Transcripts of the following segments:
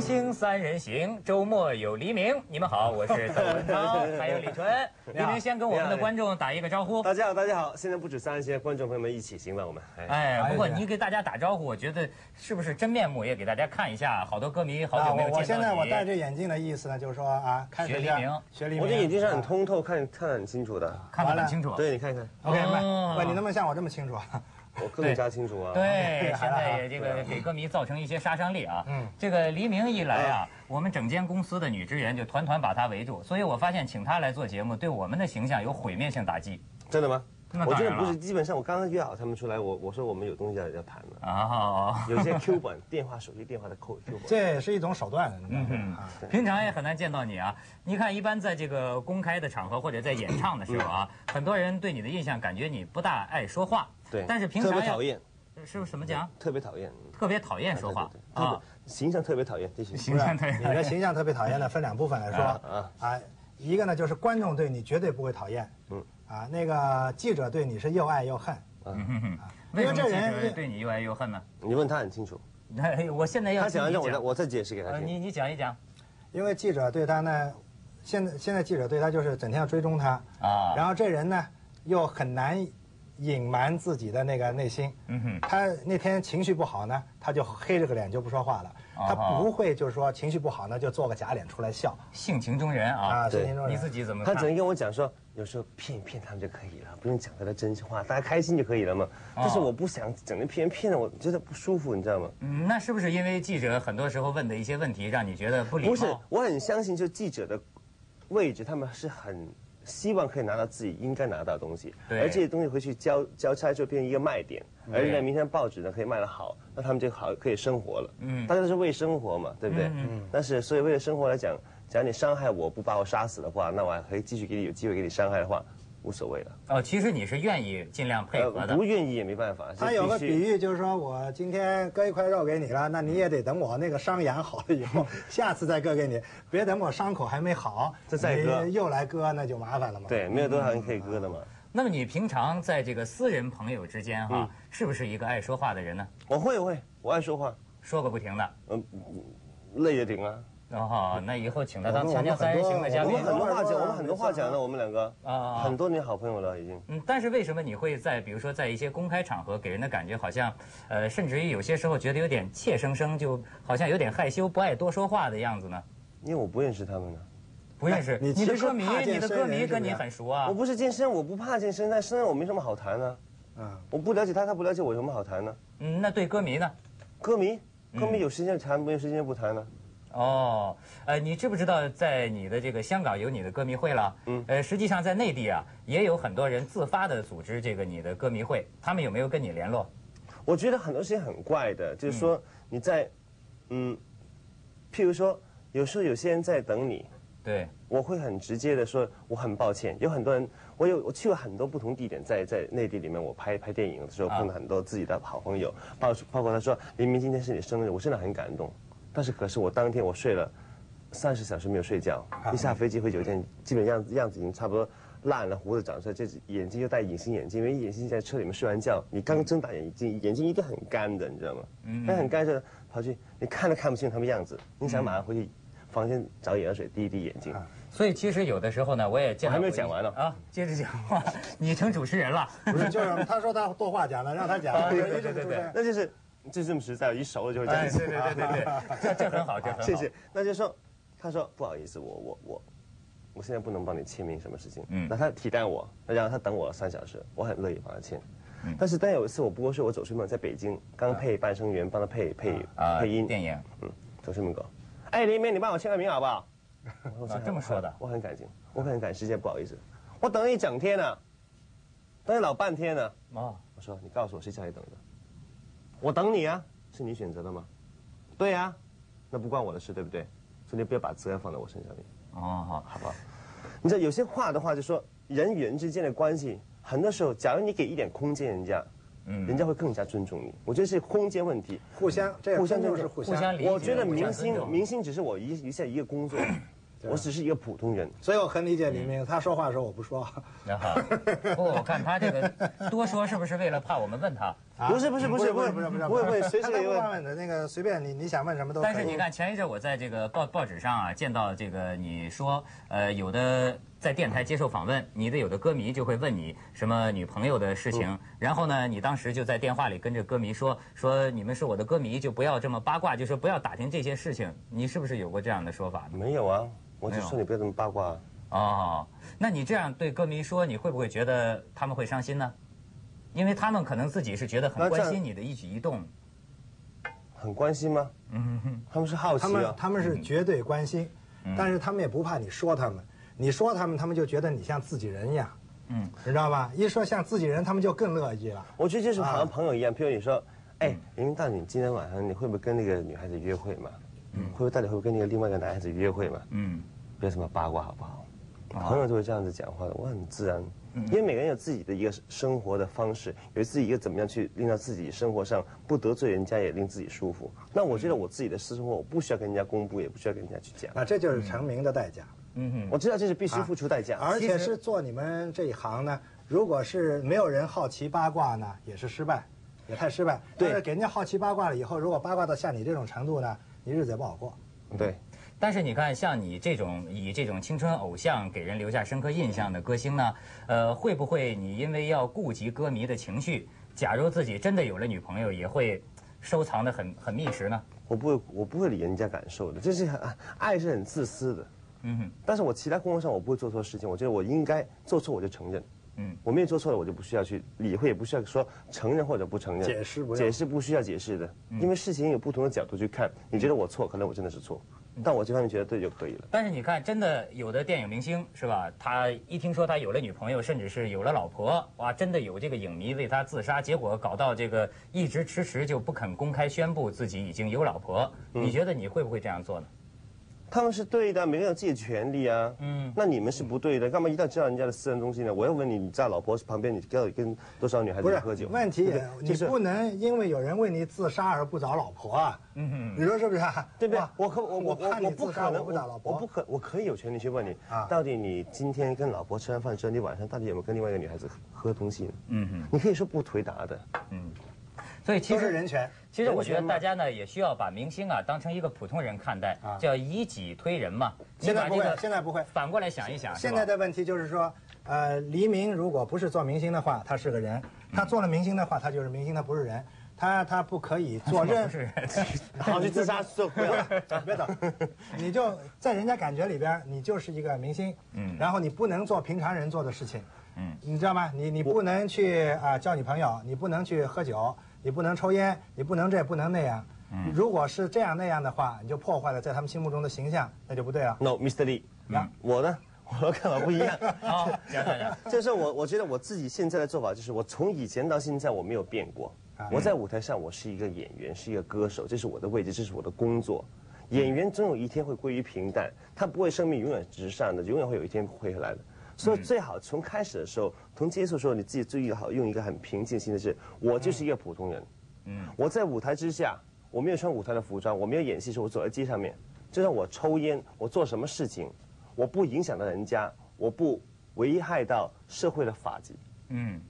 星三人行，周末有黎明。你们好，我是窦文涛，还有李纯。黎明先跟我们的观众打一个招呼。大家好，大家好！现在不止三些观众朋友们一起行了，我们哎，呃哎，不过你给大家打招呼，我觉得是不是真面目也给大家看一下？好多歌迷好久没有啊我我见现在到我戴你。着眼镜的意思呢，就是说啊，看学谁黎像明，学黎明，我这眼睛是很啊。通透，看看得很清楚的。看得完很了清楚，对，你看一看， OK，哦喂喂，你能不能像我这么清楚？啊我更加清楚啊。对，现还 好在也这个给歌迷造成一些杀伤力啊。嗯这个黎明一来啊，我们整间公司的女职员就团团把他围住，所以我发现请他来做节目对我们的形象有毁灭性打击真的吗那？我当觉得然了不是，基本上我刚刚约好他们出来，我我说我们有东西要要谈了，啊。有一 些 Q 本电话、手机电话的扣 Q 本。这也是一种手段，你知道嗯吗？啊平常也很难见到你啊。你看，一般在这个公开的场合或者在演唱的时候啊，很多人对你的印象感觉你不大爱说话。嗯对，但是平特常别要讨厌，是不是怎么讲？特别讨厌。哎特别讨厌说话对对对啊特，别形象特别讨厌，继续。形象特别啊你的形象特别讨厌的分两部分来说啊啊，一个呢就是观众对你绝对不会讨厌，嗯啊，那个记者对你是又爱又恨，嗯哼哼为什因为么这记人者对你又爱又恨呢？你问他很清楚，哎我现在要他听想要你让我再讲，我再解释给他呃听。你你讲一讲因为记者对他呢，现在现在记者对他就是整天要追踪他，啊。然后这人呢又很难隐瞒自己的那个内心，嗯哼他那天情绪不好呢，他就黑着个脸就不说话了，啊他不会就是说情绪不好呢就做个假脸出来笑性情中人啊啊，，对是那种你人自己怎么他看只？能跟我讲说，有时候骗一骗他们就可以了，不用讲他的真心话，大家开心就可以了哦嘛。但是我不想整天骗骗的，我觉得不舒服，你知道吗？嗯，那是不是因为记者很多时候问的一些问题让你觉得不礼不是貌？，我很相信就记者的位置，他们是很希望可以拿到自己应该拿到的东西，对而这些东西回去交交差就变成一个卖点，而对呢，明天报纸呢可以卖得好，那他们就好可以生活了。嗯，大家都是为生活嘛，对不对？嗯，但是所以为了生活来讲，只要你伤害我不把我杀死的话，那我还可以继续给你有机会给你伤害的话，无所谓了。哦，其实你是愿意尽量配合的呃不。愿意也没办法。他这有个必比须，喻，就是说我今天割一块肉给你了，那你也得等我那个伤养好了以后，下次再割给你，别等我伤口还没好，这再割你又来割，那就麻烦了嘛。，对，没有多少人可以割的嘛。那么你平常在这个私人朋友之间哈、是不是一个爱说话的人呢？我会我会，我爱说话，说个不停的。嗯，累也顶啊。哦，那以后请他当我《们强我调三们人行》的嘉我宾们。很多话讲，偶尔偶尔我们很多话讲了，我们两个啊啊啊很多年好朋友了，已经。嗯，但是为什么你会在比如说在一些公开场合给人的感觉好像，呃，甚至于有些时候觉得有点怯生生，就好像有点害羞，不爱多说话的样子呢？因为我不认识他们呢，不认识哎你其的实歌迷怕，你见的生歌人迷是不跟你是很熟啊我。不是健身，我不怕健身，但身上我没什么好谈呢。嗯，我不了解他，他不了解我，有什么好谈呢？嗯，那对歌迷呢？歌迷，嗯歌迷有时间谈，没有时间不谈呢。哦，呃，你知不知道，在你的这个香港有你的歌迷会了？嗯呃，实际上在内地啊，也有很多人自发的组织这个你的歌迷会，他们有没有跟你联络？我觉得很多事情很怪的，就是说你在，嗯，譬如说，有时候有些人在等你，对，我会很直接的说，我很抱歉。有很多人，我有我去了很多不同地点，在在内地里面，我拍拍电影的时候啊碰到很多自己的好朋友，包包括他说黎明今天是你生日，我真的很感动。但是可是我当天我睡了三十小时没有睡觉，一下飞机回酒店，基本样子样子已经差不多烂了，胡子长出来，这眼睛又戴隐形眼镜，因为隐形在车里面睡完觉，你刚睁大眼睛，眼睛一定很干的，你知道吗？那很干的时候跑去，你看都看不清他们样子，你想马上回去房间找眼药水滴一滴眼睛。所以其实有的时候呢，我也见到我还没有过一讲完呢啊，接着讲话，你成主持人了。不是，就是他说他多话讲了，让他讲。 对对对对对 那就是就这么实在，一熟了就会这样哎，子。 对对对对对，哎这这很好，这很好。 谢谢。那就说，他说不好意思，我我我，我现在不能帮你签名什么事情。嗯那他替代我，然后他等我三小时，我很乐意帮他签。嗯但是，但有一次我不过是我走出门，在北京刚配半生缘，帮他配配啊，配音电，影嗯，走出门口，哎，黎明，你帮我签个名好不好？我啊说这么说的我很赶紧，我很赶时间，不好意思，我等了一整天呢，等了老半天呢。哦，我说你告诉我谁叫你等的？我等你啊，是你选择的吗？对呀、那不关我的事，对不对？所以你不要把责任放在我身上面，哦好，好不好？你知道有些话的话，就说人与人之间的关系，很多时候，假如你给一点空间人家，嗯人家会更加尊重你。我觉得是空间问题。互相，这互相尊重就是是互互相相。理解。我觉得互相明尊星，重明星只是我一一下一个工作，我只是一个普通人。所以我很理解黎明，他说话的时候我不说。哦然后，不过我看他这个多说，是不是为了怕我们问他？啊不是不是不是不是不是不是，不会不 会随时他都不有问问问的那个随便你你想问什么都可以。但是你看，前一阵我在这个报报纸上啊，见到这个你说，呃，有的在电台接受访问，你的有的歌迷就会问你什么女朋友的事情，嗯然后呢，你当时就在电话里跟着歌迷说，说你们是我的歌迷，就不要这么八卦，就说不要打听这些事情，你是不是有过这样的说法呢？没有啊，我就没有说你不要这么八卦啊。哦，那你这样对歌迷说，你会不会觉得他们会伤心呢？因为他们可能自己是觉得那很这关样心你的一举一动，很关心吗？嗯，他们是好奇他们啊。他们是绝对关心，但是他们也不怕你说他们，你说他们，他们就觉得你像自己人一样，嗯，你知道吧？一说像自己人，他们就更乐意了。我觉得就是好像朋友一样，譬如你啊说，哎，林明道，你今天晚上你会不会跟那个女孩子约会嘛？嗯会不会到底会不会跟那个另外一个男孩子约会嘛？嗯。不要这么八卦好不好？啊朋友就会这样子讲话的，我很自然，嗯因为每个人有自己的一个生活的方式，有自己一个怎么样去令到自己生活上不得罪人家，也令自己舒服。那我觉得我自己的私生活，我不需要跟人家公布，也不需要跟人家去讲。啊，这就是成名的代价，我知道这是必须付出代价，嗯啊而且是做你们这一行呢，如果是没有人好奇八卦呢，也是失败，也太失败。对但是给人家好奇八卦了以后，如果八卦到像你这种程度呢，你日子也不好过。对。但是你看，像你这种以这种青春偶像给人留下深刻印象的歌星呢，呃，会不会你因为要顾及歌迷的情绪，假如自己真的有了女朋友，也会收藏的很很密实呢？我不会，我不会理人家感受的，就是很爱是很自私的。嗯哼，但是我其他工作上我不会做错事情，我觉得我应该做错我就承认。嗯嗯，我没有做错了，我就不需要去理会，也不需要说承认或者不承认。解释不要嗯解释不需要解释的，因为事情有不同的角度去看。你觉得我错，可能我真的是错，嗯但我这方面觉得对就可以了。但是你看，真的有的电影明星是吧？他一听说他有了女朋友，甚至是有了老婆，哇，真的有这个影迷为他自杀，结果搞到这个一直迟迟就不肯公开宣布自己已经有老婆。嗯你觉得你会不会这样做呢？他们是对的，每个人有自己的权利啊。嗯，那你们是不对的，干嘛一定要知道人家的私人东西呢？我要问你，你在老婆旁边，你到底跟多少女孩不子是喝酒？问题也，对你就是不能因为有人为你自杀而不找老婆啊。你说是不是啊？对不对哇？我可我我我怕我你不自可杀，能我不找老我不婆。可我可以有权利去问你啊，到底你今天跟老婆吃完饭之后，你晚上到底有没有跟另外一个女孩子喝喝东西呢？嗯哼，你可以说不回 答的。所以其都实是人权。其实我觉得人权嘛大家呢也需要把明星啊当成一个普通人看待，叫以己推人嘛。你现在把不这会啊个，现在不会。反过来想一想，是吧现在的问题就是说，呃，黎明如果不是做明星的话，他是个人；他做了明星的话，他就是明星，他不是人。他他不可以做任不是好，去自杀啊说不要。 别 走，你就在人家感觉里边儿，你就是一个明星，嗯，然后你不能做平常人做的事情，嗯，你知道吗？你你不能去啊、交女朋友，你不能去喝酒，你不能抽烟，你不能这不能那样。嗯如果是这样那样的话，你就破坏了在他们心目中的形象，那就不对了。嗯 No，Mr. Lee，我呢，我干嘛不一样？好，讲讲 讲，就是我，我觉得我自己现在的做法就是，我从以前到现在我没有变过。我在舞台上，我是一个演员，是一个歌手，这是我的位置，这是我的工作。演员总有一天会归于平淡，他不会生命永远直上的，永远会有一天会回来的。所以最好从开始的时候，从接触的时候，你自己最好用一个很平静心的是，我就是一个普通人。嗯，我在舞台之下，我没有穿舞台的服装，我没有演戏的时候，我走在街上面，就算我抽烟，我做什么事情，我不影响到人家，我不危害到社会的法纪，嗯。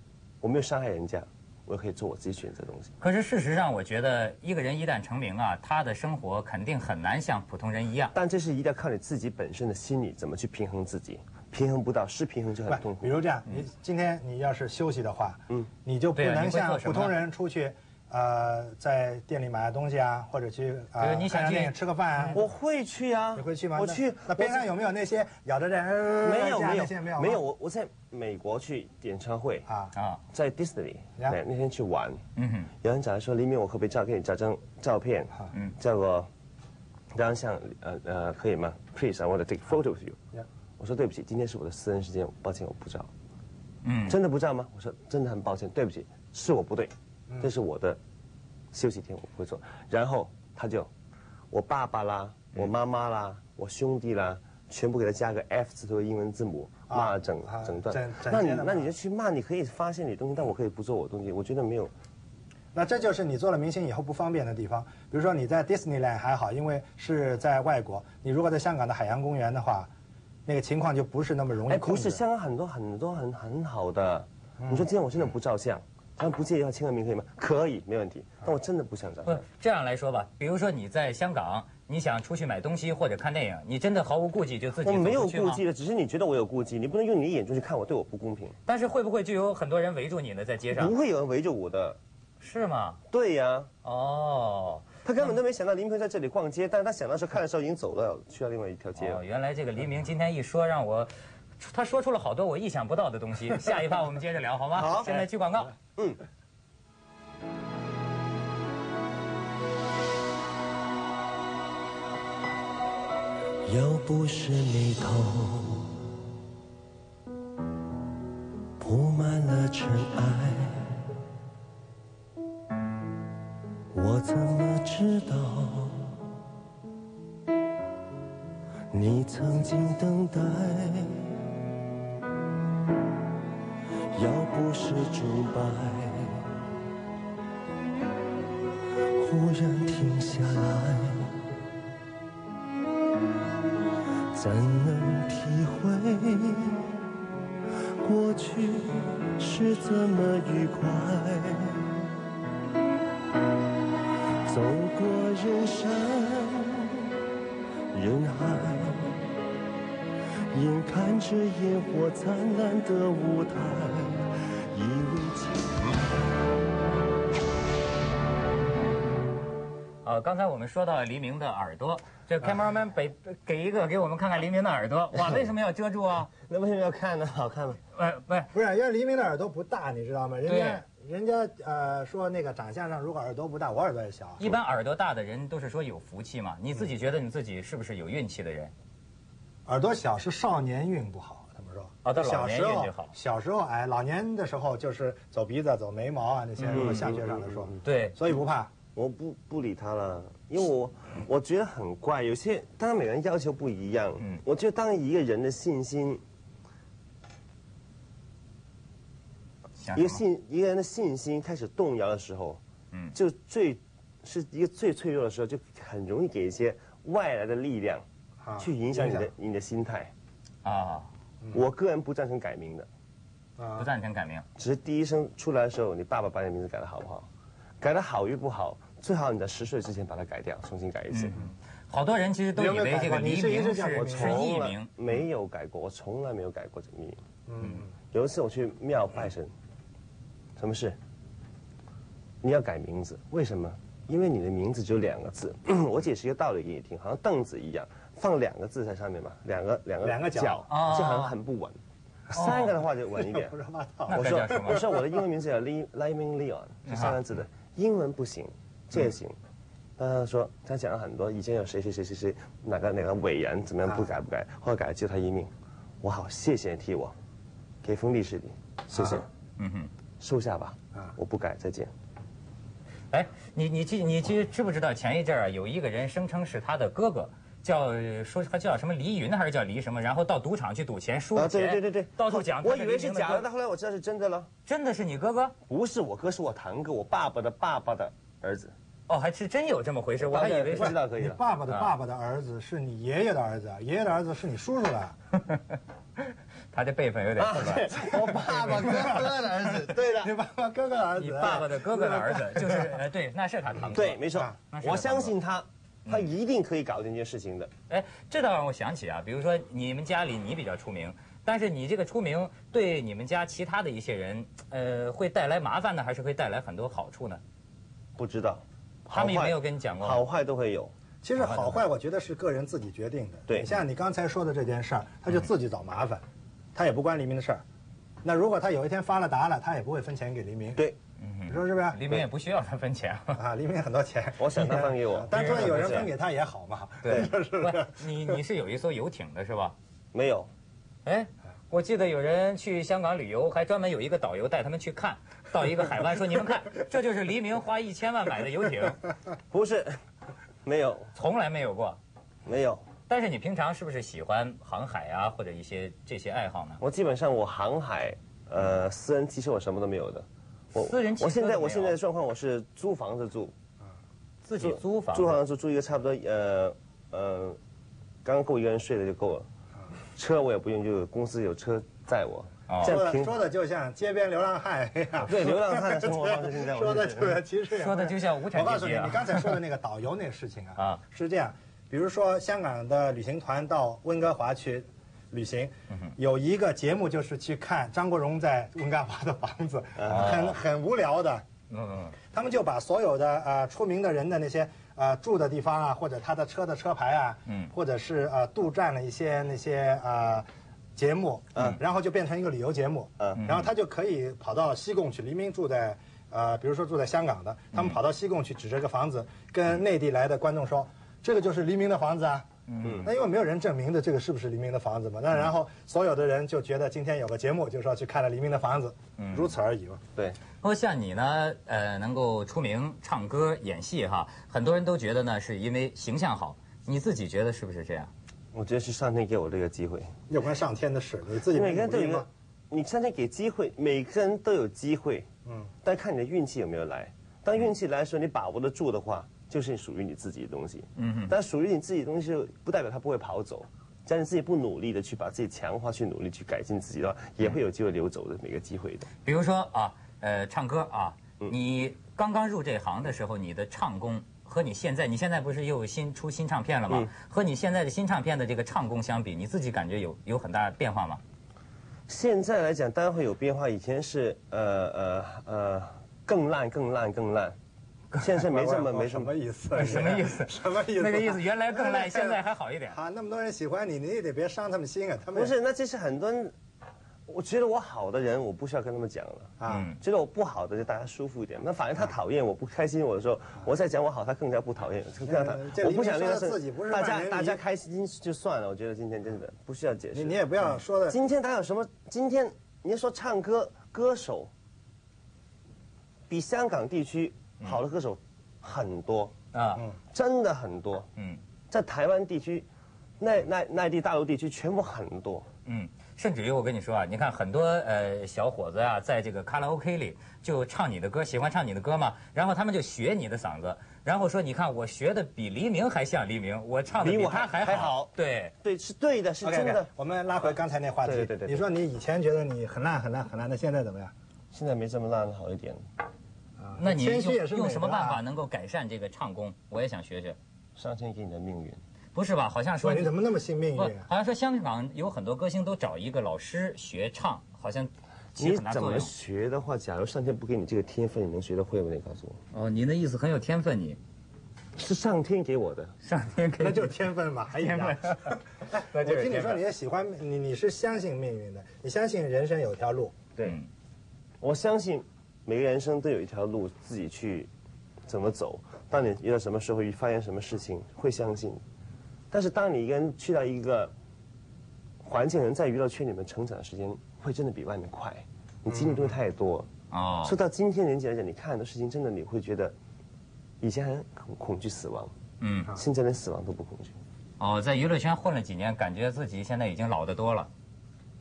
我没有伤害人家，我也可以做我自己选择的东西。可是事实上，我觉得一个人一旦成名啊，他的生活肯定很难像普通人一样。但这是一定要靠你自己本身的心理怎么去平衡自己，平衡不到，失平衡就很不痛，苦比。如这样，你今天你要是休息的话，嗯，你就不嗯对啊能你会像做什普么通人出去，呃，在店里买东西啊，或者去比呃如你想看看去嗯电影吃个饭啊。我会去啊，你会去吗？我那去，那边上有没有那些咬着这呃没有这样没那些有吗没有，我我在美国去演唱会啊啊，嗯在 Disney 呀那那天去玩，有人找他说黎明，我可不可以照给你照张照片？嗯，叫我张相，呃呃，可以吗？Please, I want to take photo with you. 呀我说对不起，今天是我的私人时间，抱歉，我不照。嗯，真的不照吗？我说真的很抱歉，对不起，是我不对，嗯这是我的休息天，我不会做。然后他就，我爸爸啦，嗯我妈妈啦，我兄弟啦，全部给他加个 F 字头的英文字母，骂整啊整段整。整那你天的那骂你就去骂，你可以发现你的东西，但我可以不做我的东西，我觉得没有。那这就是你做了明星以后不方便的地方。比如说你在 Disneyland 还好，因为是在外国。你如果在香港的海洋公园的话，那个情况就不是那么容易哎，控不制。是，香港很多很多很很好的。你说今天我真的不照相，但不介意要签个名可以吗？可以，没问题。但我真的不想找不。这样来说吧，比如说你在香港，你想出去买东西或者看电影，你真的毫无顾忌就自己我走没有出去顾吗？忌的，只是你觉得我有顾忌，你不能用你的眼睛去看我，对我不公平。但是会不会就有很多人围住你呢？在街上不会有人围着我的。是吗？对呀、哦他根本都没想到林平在这里逛街，但是他想到时候看的时候已经走了，去到另外一条街了。哦，原来这个黎明今天一说让我，他说出了好多我意想不到的东西。下一趴我们接着聊好吗？好现在去广告。哎嗯。又不是眉头，铺满了尘埃。我怎么知道，你曾经等待？要不是竹柏忽然停下来。怎能体会过去是怎么愉快？走过人山人海，眼看着烟火灿烂的舞台，以为今。呃，刚才我们说到黎明的耳朵，这 cameraman 给给一个给我们看看黎明的耳朵。哇，为什么要遮住啊？那为什么要看呢？好看吗？呃，不是，不是，因为黎明的耳朵不大，你知道吗？人家对人家呃说那个长相上如果耳朵不大，我耳朵也小啊。一般耳朵大的人都是说有福气嘛。你自己觉得你自己是不是有运气的人？耳朵小是少年运不好，他们说。哦到老小年时运候就好小时候哎，老年的时候就是走鼻子、走眉毛啊那些，如果相学上来嗯说，对，所以不怕。我不不理他了，因为我我觉得很怪，有些当然每个人要求不一样。嗯我觉得当一个人的信心，想一个什么？信一个人的信心开始动摇的时候，嗯就最是一个最脆弱的时候，就很容易给一些外来的力量啊去影响你的你的心态。啊，我个人不赞成改名的，不赞成改名。只是第一声出来的时候，你爸爸把你名字改的好不好？改的好与不好，最好你在十岁之前把它改掉，重新改一次。好多人其实都以你有没为有这改个过黎你是明一是直是讲我艺从来名，没有改过，我从来没有改过这个名。嗯，有一次我去庙拜神，什么事？你要改名字，为什么？因为你的名字只有两个字。 我解释一个道理给你听，好像凳子一样，放两个字在上面嘛，两个两个两个角哦就好像很不稳。三个的话就 稳一点胡。说八道。那啊我该说叫什么啊我？说我的英文名字叫 Lee Liming Leon，是三个字的，英文不行，这也行。嗯他说他讲了很多，以前有谁谁谁谁谁哪个哪个伟人怎么啊样不改不改，后来改了救他一命。我好谢谢你替我，给封利是你，谢谢，嗯哼。收下吧啊，我不改，再见。哎，你你记你记知不知道前一阵儿啊，有一个人声称是他的哥哥，叫说他叫什么黎云还是叫黎什么，然后到赌场去赌钱输了啊，对钱，对对对，到处讲我他以为黎是明假的，哥但后来我知道是真的了。真的是你哥哥？不是我哥，是我堂哥，我爸爸的爸爸的儿子。哦，还是真有这么回事，我还以为不知是。道可以你了。爸爸的爸爸的儿子是你爷爷的儿子，爷爷的儿子是你叔叔啊的。他这辈分有点啊混乱。我爸爸哥哥的儿子， 对的你爸爸哥哥的儿子，哎你爸爸的哥哥的儿子就是，呃，对，那是他堂哥。对，没错啊那，是有我帮相助信他，嗯他一定可以搞定这件事情的。哎，这倒让我想起啊，比如说你们家里你比较出名，但是你这个出名对你们家其他的一些人，呃，会带来麻烦呢，还是会带来很多好处呢？不知道，他们好也坏没有跟你讲过吗。好坏都会有。其实好坏，我觉得是个人自己决定的。对你像你刚才说的这件事儿，他就嗯自己找麻烦，他也不关黎明的事儿。那如果他有一天发了达了，他也不会分钱给黎明。，对，嗯你说是不是？黎明啊也不需要他分钱。啊，黎明很多钱，，我想他分 给我但突然有 人分给他也好嘛。对，不，你你是有一艘游艇的是 吧？没有。哎，我记得有人去香港旅游，还专门有一个导游带他们去看，到一个海湾说：“ 你们看，这就是黎明花一千万买的游艇，不是，没有，从来没有过。没有。”但是你平常是不是喜欢航海啊，或者一些这些爱好呢？我基本上我航海，呃，私人汽车我什么都没有的。我私人汽车我现都在没有我现在的状况，我是租房子住，自己租房子租房子住一个差不多呃啊呃，刚够一个人睡的就够了。车我也不用，就公司有车载我，哦这说的样平说的就像街边流浪汉一样。对流浪汉的生活方式现在 说我的就就觉得是，其实也说的不是就像无产我告阶诉级你，啊你刚才说的那个导游那事情 啊，啊是这样，比如说香港的旅行团到温哥华去旅行，嗯有一个节目就是去看张国荣在温哥华的房子，啊很很无聊的，嗯嗯他们就把所有的呃出名的人的那些呃住的地方啊，或者他的车的车牌啊，嗯或者是呃杜撰了一些那些呃节目，嗯，然后就变成一个旅游节目，嗯，然后他就可以跑到西贡去，黎明住在。呃，比如说住在香港的，他们跑到西贡去，指着一个房子，跟内地来的观众说：“这个就是黎明的房子啊。”嗯，那因为没有人证明的这个是不是黎明的房子嘛，那然后所有的人就觉得今天有个节目，就说去看了黎明的房子，如此而已嘛。对，不过像你呢，呃，能够出名唱歌、演戏哈，很多人都觉得呢，是因为形象好。你自己觉得是不是这样？我觉得是上天给我这个机会。有关上天的事，你自己没每个人努都有力一吗个？，你上天给机会，每个人都有机会，嗯，但看你的运气有没有来。当运气来的时候，你把握得住的话，就是属于你自己的东西，嗯但属于你自己的东西，不代表它不会跑走。只要你自己不努力的去把自己强化，去努力去改进自己的话，也会有机会流走的每个机会的。比如说啊，呃，唱歌啊，嗯你刚刚入这行的时候，你的唱功和你现在，你现在不是又有新出新唱片了吗？嗯和你现在的新唱片的这个唱功相比，你自己感觉有有很大的变化吗？现在来讲，当然会有变化。以前是呃呃呃更烂、更烂、更烂，现在没这 么我没这哦什么么。意 思？呃什么意思 什么意思？那个意思，原来更烂，现在还好一点。 啊，那么多人喜欢你，你也得别伤他们心啊。他们不是，那这是很多人，我觉得我好的人，我不需要跟他们讲了。啊，觉得我不好的就大家舒服一点。那反嗯正他讨厌我不开心我的时候，我再讲我好，他更加不讨厌，更加讨嗯这我不想令他说生自己不是大骂家人大家你开心就算了。我觉得今天真的不需要解你释。你也不要说的。今天他有什么？今天你要说唱歌歌手，比香港地区嗯好的歌手很多，啊，真的很多。嗯在台湾地区，内内内地、大陆地区全部很多。嗯，甚至于我跟你说啊，你看很多呃小伙子啊，在这个卡拉 OK 里就唱你的歌，喜欢唱你的歌嘛，然后他们就学你的嗓子，然后说你看我学的比黎明还像黎明，我唱的比比我他还好。还好对，对，是对的，是 OK，真的。我们拉回刚才那话题。对对对对你说你以前觉得你很烂很烂很烂，那现在怎么样？现在没这么烂了，好一点。那你谦虚用也是美用的什么办啊法能够改善这个唱功？我也想学学。上天给你的命运，不是吧？好像说说你怎么那么信命不运啊？好像说香港有很多歌星都找一个老师学唱，好像起你很大怎作么用。学的话，假如上天不给你这个天分，你能学得会吗？你告诉我，哦，您的意思很有天分，你是上天给我的。上天给那你就是天分 嘛，还一样。 哎我就是听你天说分你也喜欢你，你是相信命运的，你相信人生有条路。对，嗯我相信每个人生都有一条路自己去怎么走。当你遇到什么时候，发现什么事情，会相信。但是当你一个人去到一个环境，人在娱乐圈里面成长的时间，会真的比外面快。你经历的东西太多了。哦说到今天年纪来讲，你看很多事情，真的你会觉得，以前很恐恐惧死亡，嗯，现在连死亡都不恐惧。哦，在娱乐圈混了几年，感觉自己现在已经老得多了，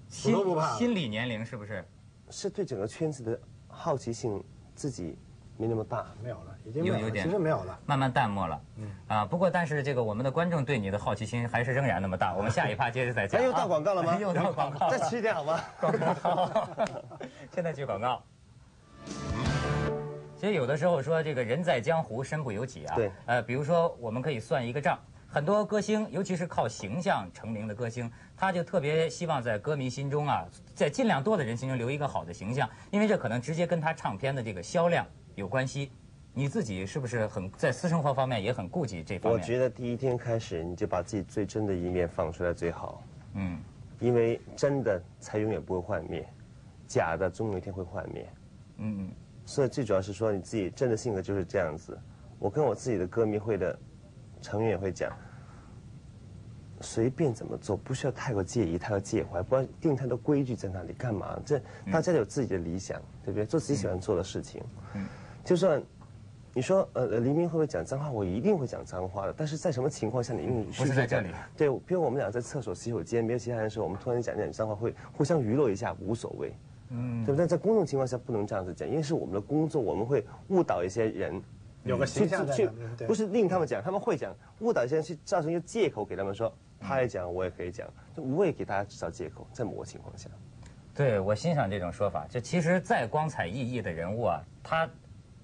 心不怕了心理年龄是不是？是对整个圈子的好奇心自己没那么大。没有了，已经没有有有了，点其实没有了。慢慢淡漠了，嗯啊，不过但是这个我们的观众对你的好奇心还是仍然那么大。我们下一趴接着再讲、哎，啊。又到广告了 吗？又到广告了， 再吃一点好吗？广告， 现在去广告。其实有的时候说这个人在江湖身不由己啊。对呃，比如说我们可以算一个账，很多歌星，尤其是靠形象成名的歌星，他就特别希望在歌迷心中啊，在尽量多的人心中留一个好的形象，因为这可能直接跟他唱片的这个销量有关系。你自己是不是很在私生活方面也很顾忌这方我面？觉得第一天开始，你就把自己最真的一面放出来最好，嗯，因为真的才永远不会幻灭，假的总有一天会幻灭。嗯，所以最主要是说你自己真的性格就是这样子。我跟我自己的歌迷会的成员也会讲，随便怎么做，不需要太过介意、太过介怀，不要定太多规矩在那里干嘛？这嗯大家有自己的理想，对不对？做自己喜欢做的事情。嗯就算你说呃呃黎明会不会讲脏话，我一定会讲脏话的。但是在什么情况下你用不嗯是在这里？对，比如我们俩在厕所、洗手间没有其他人的时候，我们突然讲讲脏话，会互相娱乐一下，无所谓。嗯，对不对？在公众情况下不能这样子讲，因为是我们的工作，我们会误导一些人。有个去形象在去那嗯对不是令他们讲，他们会讲，误导一些人去造成一个借口给他们说，他也讲，我也可以讲，就我也给大家制造借口，在某个情况下，对我欣赏这种说法，就其实再光彩熠熠的人物啊，他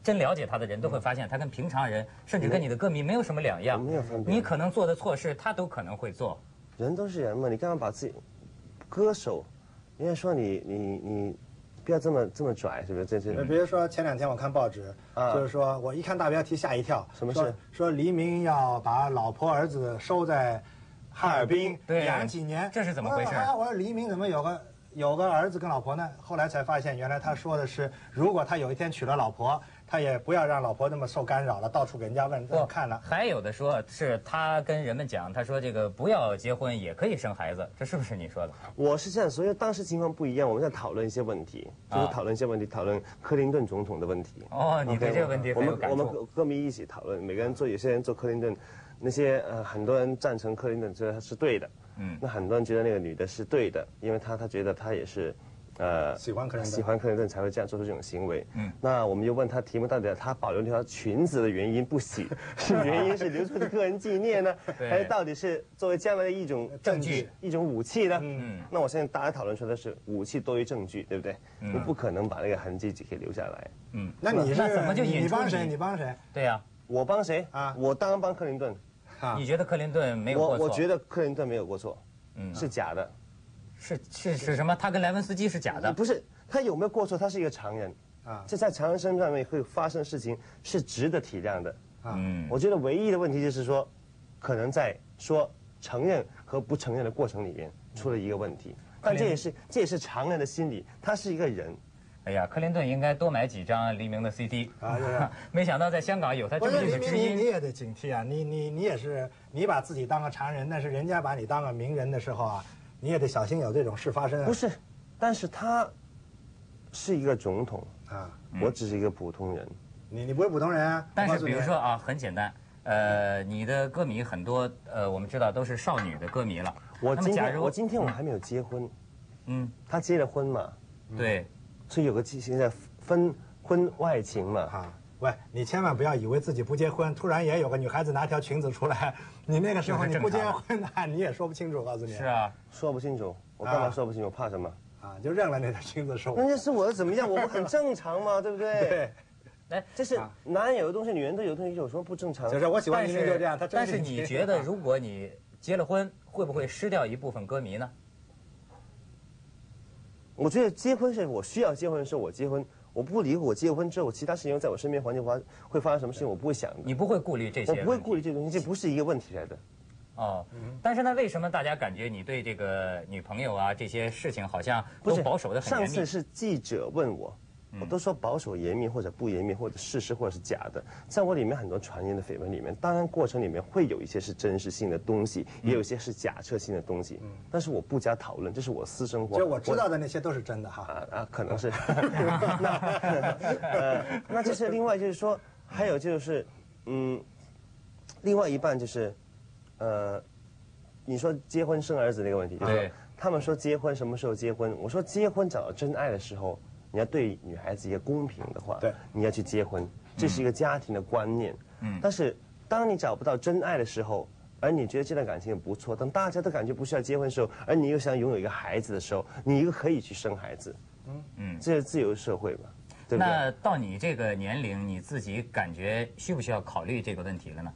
真了解他的人都会发现，他跟平常人，甚至跟你的歌迷没有什么两样。没有分别你可能做的错事，他都可能会做。人都是人嘛，你干嘛把自己歌手？人家说你你你，不要这么这么拽，是不是？这呃，是比如说前两天我看报纸，啊就是说我一看大标题吓一跳，什么说事说黎明要把老婆儿子收在哈尔滨对养几年，这是怎么回事我说啊我说黎明怎么有个有个儿子跟老婆呢？后来才发现，原来他说的是，如果他有一天娶了老婆，他也不要让老婆那么受干扰了，到处给人家问不问看了。还有的说是他跟人们讲，他说这个不要结婚也可以生孩子，这是不是你说的？我是这样说，因为当时情况不一样，我们在讨论一些问题，就是啊讨论一些问题，讨论克林顿总统的问题。哦，你对 OK，这个问题我很有们感啊我们触。歌歌迷一起讨论，每个人做，有些人做克林顿，那些呃很多人赞成克林顿，觉得他是对的，嗯，那很多人觉得那个女的是对的，因为她她觉得她也是，啊呃，喜欢克林顿喜欢克林顿才会这样做出这种行为，嗯，那我们就问他题目到底她保留那条裙子的原因不洗，是原因是留出个人纪念呢，对还是到底是作为将来的一种证据一种武器呢？嗯，那我相信大家讨论出来的是武器多于证据，对不对？你不可能把那个痕迹给留下来。那你是那怎么就你引你出帮谁？你你帮谁？对呀、我帮谁啊我当然帮克林顿。啊你觉得克林顿没有我过错？嗯我觉得克林顿没有过错，是假的，是是是什么？他跟莱文斯基是假的。不是他有没有过错，他是一个常人啊这在常人身上面会发生事情是值得体谅的啊嗯，我觉得唯一的问题就是说，可能在说承认和不承认的过程里面出了一个问题，嗯但这也是这也是常人的心理，他是一个人，哎呀，克林顿应该多买几张黎明的 CD 啊就是， 没想到在香港有他这么不一是黎个明，知你你音。也得警惕啊！你你你也是，你把自己当个常人，但是人家把你当个名人的时候啊，你也得小心有这种事发生啊！不是，但是他是一个总统，啊，嗯我只是一个普通人，你你不是普通人啊！但我告是诉比如你说啊，很简单，呃，你的歌迷很多，呃，我们知道都是少女的歌迷了。我那么今假天如我今天我还没有结婚，嗯，他结了婚嘛，对，所以有个现在分婚外情嘛，啊，喂，你千万不要以为自己不结婚，突然也有个女孩子拿条裙子出来， 你那个时候这是你正不结常婚啊，你也说不清楚。我告诉你，是啊，说不清楚，我干啊嘛说不清楚？怕什么？啊，就认了那条裙子是我嗯那就是我怎么样？我们很正常嘛，对不对？对，哎。就是男人有的东西，女人都有的东西，有什么不正常？就是我喜欢但黎是明就这样。他真但是你觉 得，啊如果你结了婚，会不会失掉一部分歌迷呢？我觉得结婚是我需要结婚的时候我结婚，我不离我结婚之后，其他事情在我身边环境发会发生什么事情，我不会想的，你不会顾虑这些我问题？不会顾虑这个东西，这不是一个问题来的。哦。但是呢，为什么大家感觉你对这个女朋友啊这些事情好像都保守的很上严密嗯次？是记者问我，我都说保守严密或者不严密或者事实或者是假的，在我里面很多传言的绯闻里面，当然过程里面会有一些是真实性的东西，嗯也有一些是假设性的东西，但是我不加讨论，这是我私生活。就我知道的那些都是真的哈。啊啊，可能是，那、呃、那就是另外就是说，还有就是，嗯，另外一半就是，呃，你说结婚生儿子那个问题，就是对说他们说结婚什么时候结婚？我说结婚找到真爱的时候，你要对女孩子一个公平的话，对你要去结婚，这是一个家庭的观念。嗯，但是当你找不到真爱的时候，而你觉得这段感情也不错，当大家都感觉不需要结婚的时候，而你又想拥有一个孩子的时候，你又可以去生孩子。嗯嗯，这是自由社会嘛，对不对？那到你这个年龄，你自己感觉需不需要考虑这个问题了呢？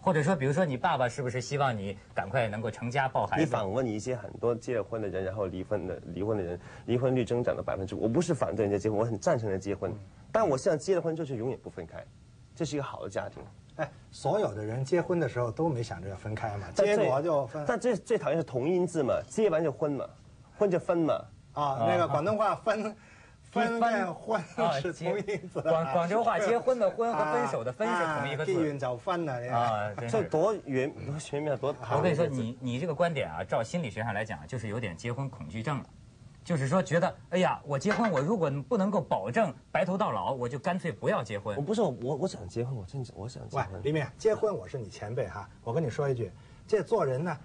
或者说，比如说你爸爸是不是希望你赶快能够成家抱孩你子？访问一些很多结了婚的人，然后离婚的离婚的人，离婚率增长了百分之五。我不是反对人家结婚，我很赞成人家结婚，但我希望结了婚之后就永远不分开，这是一个好的家庭。哎，所有的人结婚的时候都没想着要分开嘛，但结最果就分。但最最讨厌是同音字嘛，结完就婚嘛，婚就分嘛。啊，那个广东话分分跟婚啊是结同音字啊。广广州话，结婚的婚和分手的分是啊同一个地字运就分了，这个啊，真这是。多玄多玄妙多讨厌！我跟你说，你你这个观点啊，照心理学上来讲，就是有点结婚恐惧症了，就是说觉得，哎呀，我结婚，我如果不能够保证白头到老，我就干脆不要结婚我。不是我我我想结婚，我真的我想结喂婚，。李敏，结婚我是你前辈哈，我跟你说一句，这做人呢，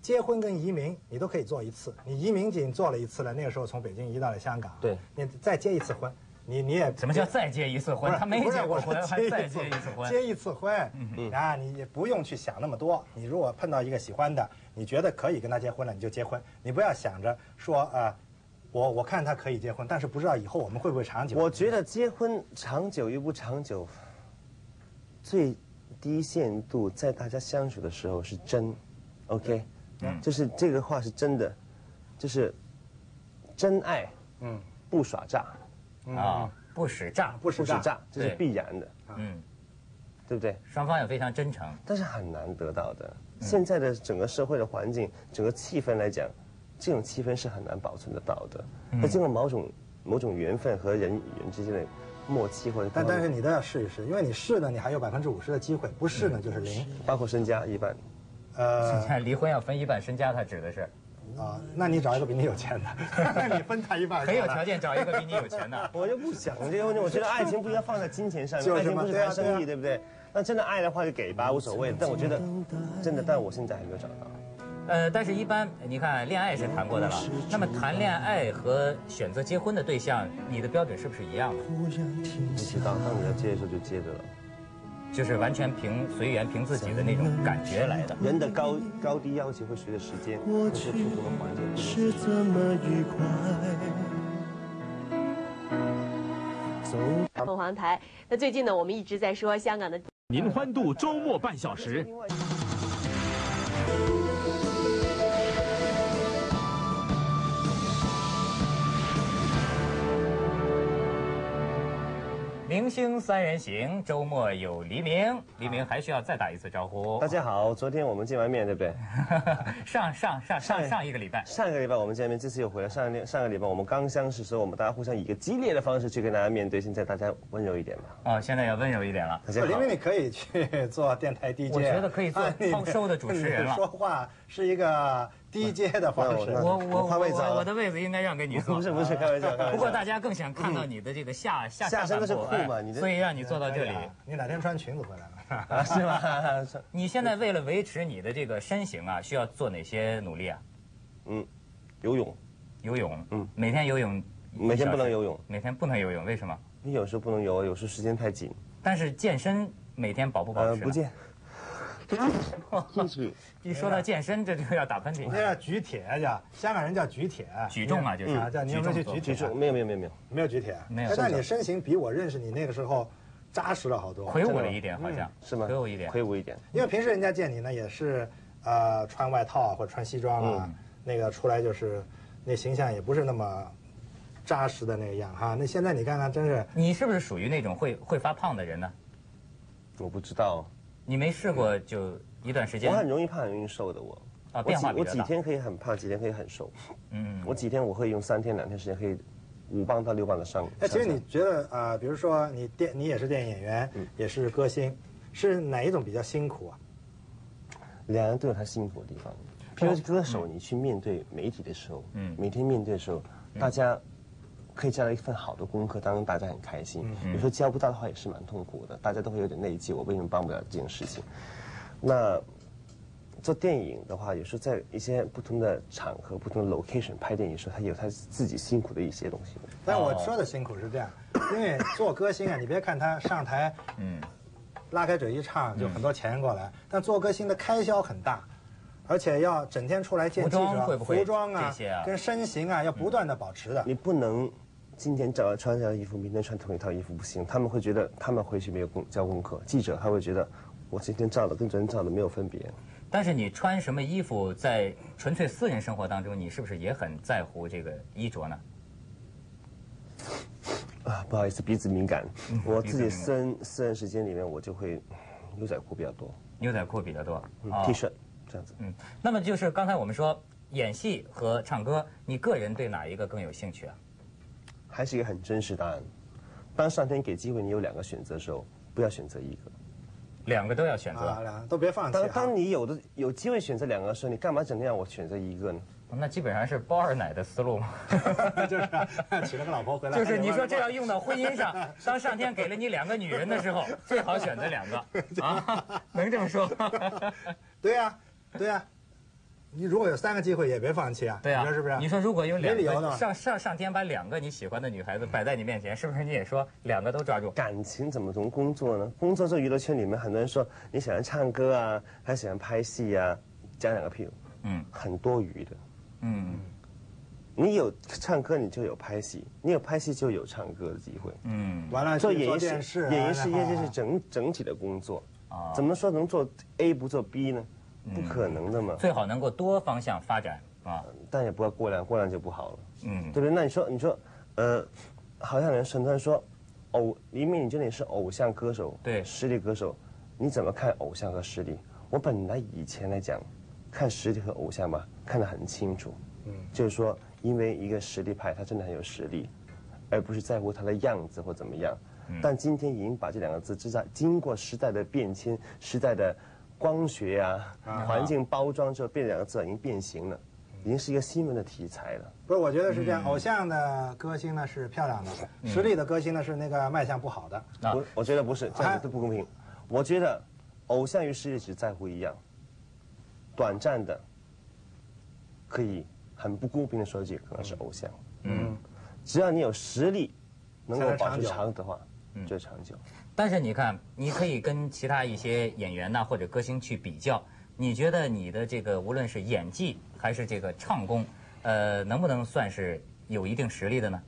结婚跟移民你都可以做一次，你移民仅做了一次了，那个时候从北京移到了香港，啊对，你再结一次婚，你你也什么叫再结一次不婚？是他没不是结过我说婚，还再结结一次婚。嗯结一次婚，啊，你也不用去想那么多。你如果碰到一个喜欢的，你觉得可以跟他结婚了，你就结婚，你不要想着说啊、我我看他可以结婚，但是不知道以后我们会不会长久。我觉得结婚长久与不长久，最低限度在大家相处的时候是真，OK，就是这个话是真的，就是真爱，嗯，不耍诈，啊，不使诈，不不是耍诈，诈，这是对必然的，嗯，对不对？双方也非常真诚，但是很难得到的。嗯现在的整个社会的环境，整个气氛来讲，这种气氛是很难保存得到的。嗯那经过某种某种缘分和人与人之间的默契，或者但但是你都要试一试，因为你试呢，你还有百分之五十的机会；不试呢，就是零。包括身家一半，嗯呃现在 离婚要分一半身家，他指的是啊，那你找一个比你有钱的， 你分他一 半。很有条。件找一个比你有钱 的。我就不想这个问题。我觉得爱情不应该放在金钱上面，就是爱情嘛不是对啊谈生对啊意，对不对？那真的爱的话就给吧，无所谓。但我觉得真的，但我现在还没有找到。呃，但是一般你看恋爱是谈过的了，那么谈恋爱和选择结婚的对象，你的标准是不是一样的？忽然停不下知道，当你要接的时候就接着了。就是完全凭随缘、凭自己的那种感觉来的。人的高高低要求会随着时间，过或者去不同的环境。不同的是怎么愉快。总凤凰台。那最近呢，我们一直在说香港的您欢度周末半小时。明星三人行，周末有黎明，黎明还需要再打一次招呼 大。家好，昨天我们见完面，对不对？上上上上上一上一个礼拜，上个礼拜我们见面，这次又回来。上个礼上个礼拜我们刚相识的时候，我们大家互相以一个激烈的方式去跟大家面对。现在大家温柔一点吧。哦，现在要温柔一点了。大家林好明，，你可以去做电台 DJ，我觉得可以做啊你 talk show 的主持 人了啊你说话是一个 DJ 的方式。那我我我换位置啊我我的位子应该让给你坐。不是不是开玩笑，开玩笑。不过大家更想看到你的这个下下下身半都是部裤嘛哎你这所以让你坐到这里。哎呀你哪天穿裙子回来了？啊是吧？是你现在为了维持你的这个身形啊，需要做哪些努力啊？嗯，游泳，游泳，嗯每天游泳，每天不能游泳，每天不能游泳，为什么？你有时候不能游，有时候时间太紧。但是健身每天保不保呃，持呢？啊不 见。一说到健身，这就要打喷嚏。啊那叫举铁叫香港人叫举铁，举重嘛，就是啊，叫你有没有去举铁？举重没有没有没有没有，没有举铁，没有哎但你身形比我认识你那个时候扎实了好多。魁梧了一点，好像是吗？魁梧一点。魁梧一点。因为平时人家见你呢，也是呃穿外套啊或者穿西装嗯啊，那个出来就是那形象也不是那么扎实的那个样哈。那现在你看看，真是你是不是属于那种会会发胖的人呢？我不知道，你没试过就一段时间我很容易胖，很容易瘦的我。啊，我变几化比我较几大。天可以很胖，几天可以很瘦。嗯，我几天我会用三天两天时间可以五磅到六磅的上。哎，其实上你觉得啊、呃比如说你电，你也是电影演员，嗯也是歌星，是哪一种比较辛苦啊？两人都有他辛苦的地方。譬如歌手，你去面对媒体的时候，嗯，每天面对的时候，大家可以交到一份好的功课，当然大家很开心。有时候交不到的话也是蛮痛苦的，大家都会有点内疚，我为什么帮不了这件事情？那做电影的话，有时候在一些不同的场合、不同的 location 拍电影的时候，他有他自己辛苦的一些东西。哦但我说的辛苦是这样，因为做歌星啊，你别看他上台，嗯，拉开嘴一唱就很多钱过来，但做歌星的开销很大，而且要整天出来见记者，服装会不会服装啊这些啊嗯跟身形啊要不断的保持的。你不能今天找穿这套衣服，明天穿同一套衣服不行，他们会觉得他们回去没有功交功课，记者他会觉得我今天照的跟昨天照的没有分别。但是你穿什么衣服，在纯粹私人生活当中，你是不是也很在乎这个衣着呢？啊，不好意思，鼻子敏感。我自嗯鼻己子私人私人时间里面，我就会牛仔裤比较多、牛仔裤比较多嗯啊 t 恤这样子。嗯，那么就是刚才我们说演戏和唱歌，你个人对哪一个更有兴趣啊？还是一个很真实答案。当上天给机会你有两个选择的时候，不要选择一个。两个都要选择。啊，两都别放弃当啊。当你有的有机会选择两个的时候，你干嘛整天让我选择一个呢？那基本上是包二奶的思路 嘛， 就是啊娶了个老婆回来，就是你说这要用到婚姻上， 当上天给了你两个女人的时候，最好选择两 个啊，能这么说？对呀、对呀、你如果有三个机会也别放弃啊，对啊，你说是不是？你说如果有两没理由的个嘛上上上天把两个你喜欢的女孩子摆在你面前，是不是你也说两个都抓住？感情怎么从工作呢？工作这娱乐圈里面，很多人说你喜欢唱歌啊，还喜欢拍戏啊，讲两个屁，嗯很多余的。嗯，你有唱歌，你就有拍戏；你有拍戏，就有唱歌的机会。嗯完了做去演艺做事电视啊，演艺事业然后就是整整体的工作。啊，怎么说能做 A 不做 B 呢？不可能的嘛。最好能够多方向发展啊。但也不要过量，过量就不好了，嗯对不对？那你说，你说，呃，好像有人很多人说，偶黎明，你这里是偶像歌手，对实力歌手，你怎么看偶像和实力？我本来以前来讲，看实力和偶像吧，看得很清楚，嗯，就是说，因为一个实力派，他真的很有实力，而不是在乎他的样子或怎么样。但今天已经把这两个字，之在经过时代的变迁、时代的光学啊、环境包装之后，变两个字已经变形了，已经是一个新闻的题材了。不是，我觉得是这样，偶像的歌星呢是漂亮的，实力的歌星呢是那个卖相不好的。啊我我觉得不是这样啊子对不公平。我觉得偶像与实力只在乎一样，短暂的，可以很不公平的说一句，可能是偶像。嗯，只要你有实力，能够才能保长持久长的话，就长久。但是你看，你可以跟其他一些演员呐、或者歌星去比较，你觉得你的这个无论是演技还是这个唱功，呃，能不能算是有一定实力的呢？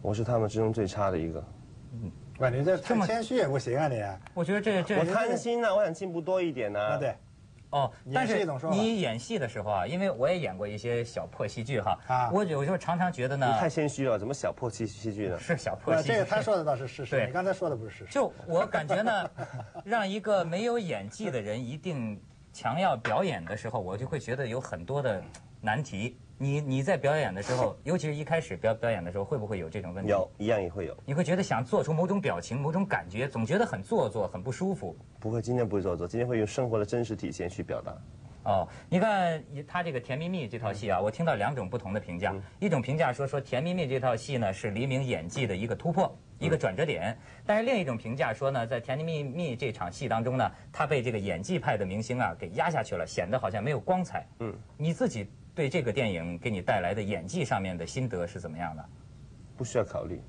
我是他们之中最差的一个。哇，你这这太么谦虚也不行啊你！我觉得这这 我贪心啊呐、我想进步多一点呐、啊，对，哦，也但是是一种说法你演戏的时候啊，因为我也演过一些小破戏剧哈，啊我有时候常常觉得呢你，太谦虚了，怎么小破戏戏剧呢？是小破呃戏剧，这个他说的倒是事实，对你刚才说的不是事实。就我感觉呢， 让一个没有演技的人一定强要表演的时候，我就会觉得有很多的难题。你你在表演的时候，尤其是一开始表表演的时候，会不会有这种问题？有，一样也会有。你会觉得想做出某种表情、某种感觉，总觉得很做作、很不舒服。不会，今天不会做作，今天会用生活的真实体现去表达。哦，你看以他这个《甜蜜蜜》这套戏啊，我听到两种不同的评价。一种评价说说《甜蜜蜜》这套戏呢是黎明演技的一个突破，一个转折点；但是另一种评价说呢，在《甜蜜蜜》这场戏当中呢，他被这个演技派的明星啊给压下去了，显得好像没有光彩。嗯，你自己对这个电影给你带来的演技上面的心得是怎么样的？不需要考虑，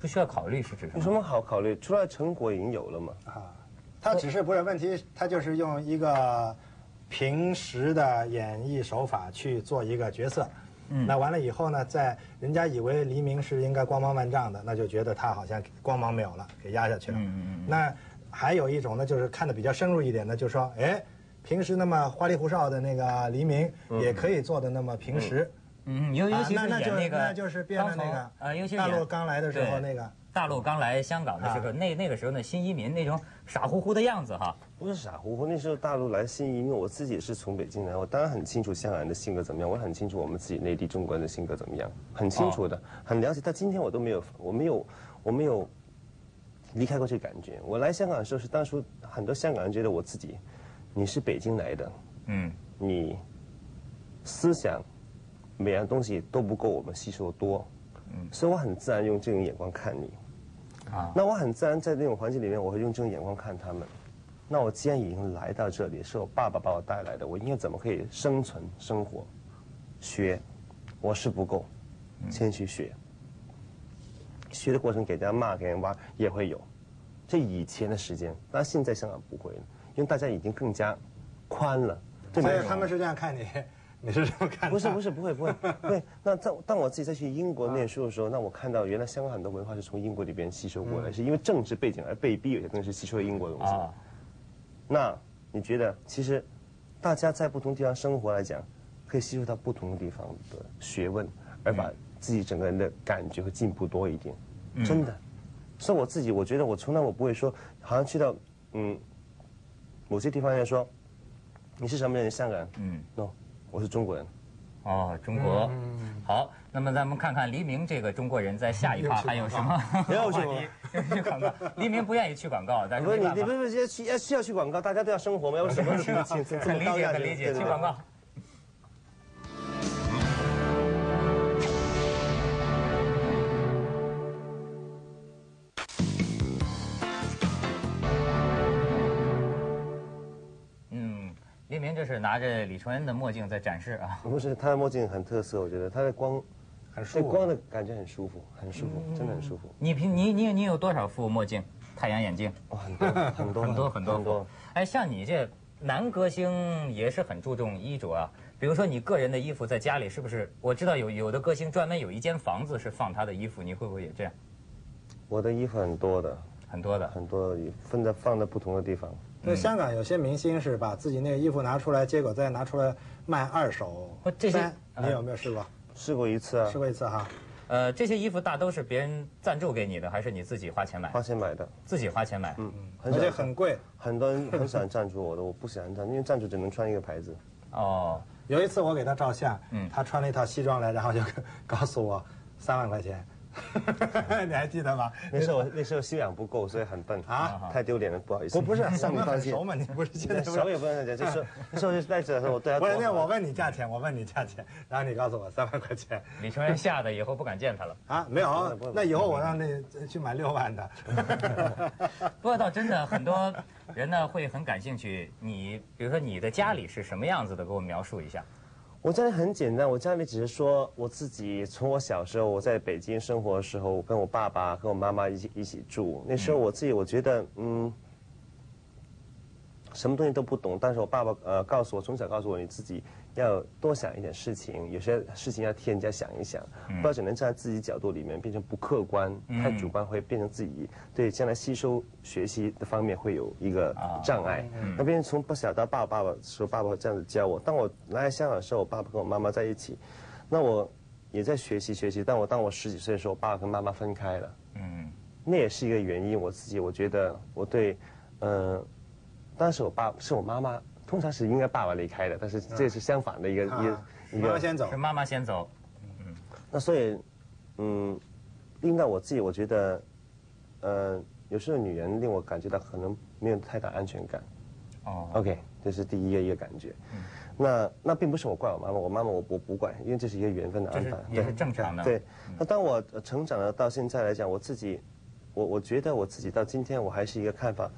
不需要考虑是指什有么？什么好考虑？出来成果已经有了嘛。他只是不是问题，他就是用一个平时的演绎手法去做一个角色。嗯那完了以后呢，在人家以为黎明是应该光芒万丈的，那就觉得他好像光芒没有了，给压下去了。嗯那还有一种呢，就是看的比较深入一点的，就说，哎，平时那么花里胡哨的那个黎明，嗯也可以做的那么平实。嗯，尤尤其啊是那那就演那个，那就是变得那个呃，嗯尤其是大演陆刚来的时对候那个大陆刚来香港的时候，啊那那个时候呢，新移民那种傻乎乎的样子哈，不是傻乎乎，那时候大陆来新移民，我自己也是从北京来，我当然很清楚香港人的性格怎么样，我很清楚我们自己内地中国人的性格怎么样，很清楚的，很了解。但今天我都没有，我没有，我没有离开过这个感觉。我来香港的时候是当初很多香港人觉得我自己，你是北京来的，嗯你思想每样东西都不够我们吸收多，嗯所以我很自然用这种眼光看你。啊，那我很自然在那种环境里面，我会用这种眼光看他们。那我既然已经来到这里，是我爸爸把我带来的，我应该怎么可以生存、生活、学？我是不够，嗯先去学。学的过程给人家骂、给人挖也会有，这以前的时间，那现在香港不会了，因为大家已经更加宽了。对所每以种他们是这样看你，你是这么看他？ 不是不是不会不会不会。那当当我自己再去英国念书的时候，那我看到原来香港很多文化是从英国里边吸收过来，是因为政治背景而被逼有些东西吸收了英国的东西。嗯啊那你觉得其实大家在不同地方生活来讲，可以吸收到不同的地方的学问，而嗯把自己整个人的感觉会进步多一点，真的。所以我自己，我觉得我从来我不会说，好像去到嗯某些地方人家说你是什么人，香港人，嗯嗯，no，我是中国人。哦，中国。嗯好，那么咱们看看黎明这个中国人在下一趴还有什么 话又去广告题？又去广告，黎明不愿意去广告，但是不是没你，办你法不，是不是要去要需要去广告，大家都要生活嘛，要不什么事情这很么理高解，下很去理解，对去对广告。嗯，黎明这是拿着李承恩的墨镜在展示啊，对不是他的墨镜很特色，我觉得他的光，很对舒服光。的感觉很舒服，很舒服，真的很舒服。你平你你你有多少副墨镜？太阳眼镜？ 哇，很多很很多多很多很多。哎，像你这男歌星也是很注重衣着啊。比如说你个人的衣服在家里是不是？我知道有有的歌星专门有一间房子是放他的衣服，你会不会也这样？我的衣服很多的，很多的，很多的衣服分在放在不同的地方。对，香港有些明星是把自己那个衣服拿出来，结果再拿出来卖二手不这些三啊你有没有试过？试过一次啊试，过一次哈。呃，这些衣服大都是别人赞助给你的，还是你自己花钱买？花钱买的，自己花钱买。啊嗯，很而且少很贵。很多人很喜欢赞助我的，我不喜欢赞助，因为赞助只能穿一个牌子。哦，有一次我给他照相，嗯他穿了一套西装来，然后就告诉我三万块钱，你还记得吗？那时候我那时候修养不够，所以很笨啊，太丢脸了，不好意思。不不 是，向咱你们道很歉熟。嘛，你不是现在不手也是？不能讲，就是那时候就是带着的时候，我对他不多是，好。那我问你价钱，我问你价钱，然后你告诉我三万块钱李 承元吓得以后不敢见他了。啊？没有不会不会，那以后我让那去买六万的。不过倒真的很多人呢会很感兴趣。你比如说你的家里是什么样子的，给我描述一下。我家里很简单，我家里只是说我自己从我小时候我在北京生活的时候，我跟我爸爸跟我妈妈一起一起住。那时候我自己我觉得嗯，什么东西都不懂，但是我爸爸呃告诉我，从小告诉我你自己要多想一点事情，有些事情要替人家想一想，不要只能站在自己角度里面变成不客观、太主观，会变成自己对将来吸收学习的方面会有一个障碍。那变成从不小到爸爸爸爸时候，爸爸会这样子教我。当我来香港的时候，我爸爸跟我妈妈在一起，那我也在学习学习。但我当我十几岁的时候，我爸爸跟妈妈分开了。嗯那也是一个原因。我自己我觉得我对，呃，当时我爸是我妈妈，通常是应该爸爸离开的，但是这是相反的一个、一个啊一妈妈个。先走是，妈妈先走。那所以，嗯，令到我自己我觉得，呃，有时候女人令我感觉到可能没有太大安全感。哦，嗯 OK，这是第一个一个感觉。那那并不是我怪我妈妈，我妈妈我我不怪，因为这是一个缘分的这安是排，也是正常的。嗯对，那当我呃成长了到现在来讲，我自己，我我觉得我自己到今天我还是一个看法，